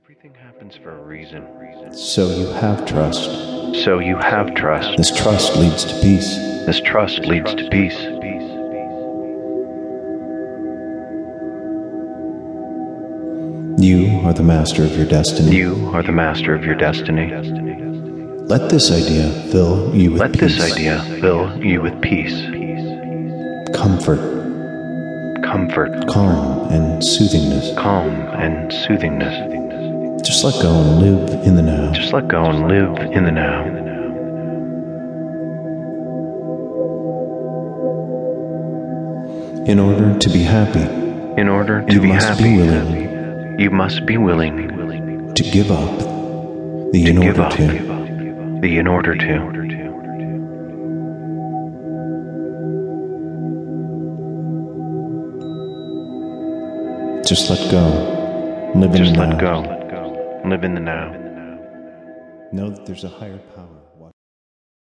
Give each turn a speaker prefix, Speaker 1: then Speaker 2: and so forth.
Speaker 1: Everything happens for a reason.
Speaker 2: So you have trust.
Speaker 1: So you have trust.
Speaker 2: This trust leads to peace.
Speaker 1: This trust leads to peace.
Speaker 2: You are the master of your destiny.
Speaker 1: You are the master of your destiny.
Speaker 2: Let this idea fill you with
Speaker 1: Let
Speaker 2: peace,
Speaker 1: this idea fill you with peace,
Speaker 2: comfort,
Speaker 1: comfort,
Speaker 2: calm, and soothingness.
Speaker 1: calm, and soothingness.
Speaker 2: Just let go and live in the now.
Speaker 1: Just let go and live in the now.
Speaker 2: In order to be happy,
Speaker 1: In order to
Speaker 2: You
Speaker 1: be
Speaker 2: must be
Speaker 1: happy,
Speaker 2: willing.
Speaker 1: you must be willing
Speaker 2: to give up the
Speaker 1: to
Speaker 2: in
Speaker 1: give
Speaker 2: order
Speaker 1: up
Speaker 2: to.
Speaker 1: the in order to.
Speaker 2: Just let go. Live in
Speaker 1: Just
Speaker 2: the now.
Speaker 1: let go. Live in the now.
Speaker 2: Know that there's a higher power.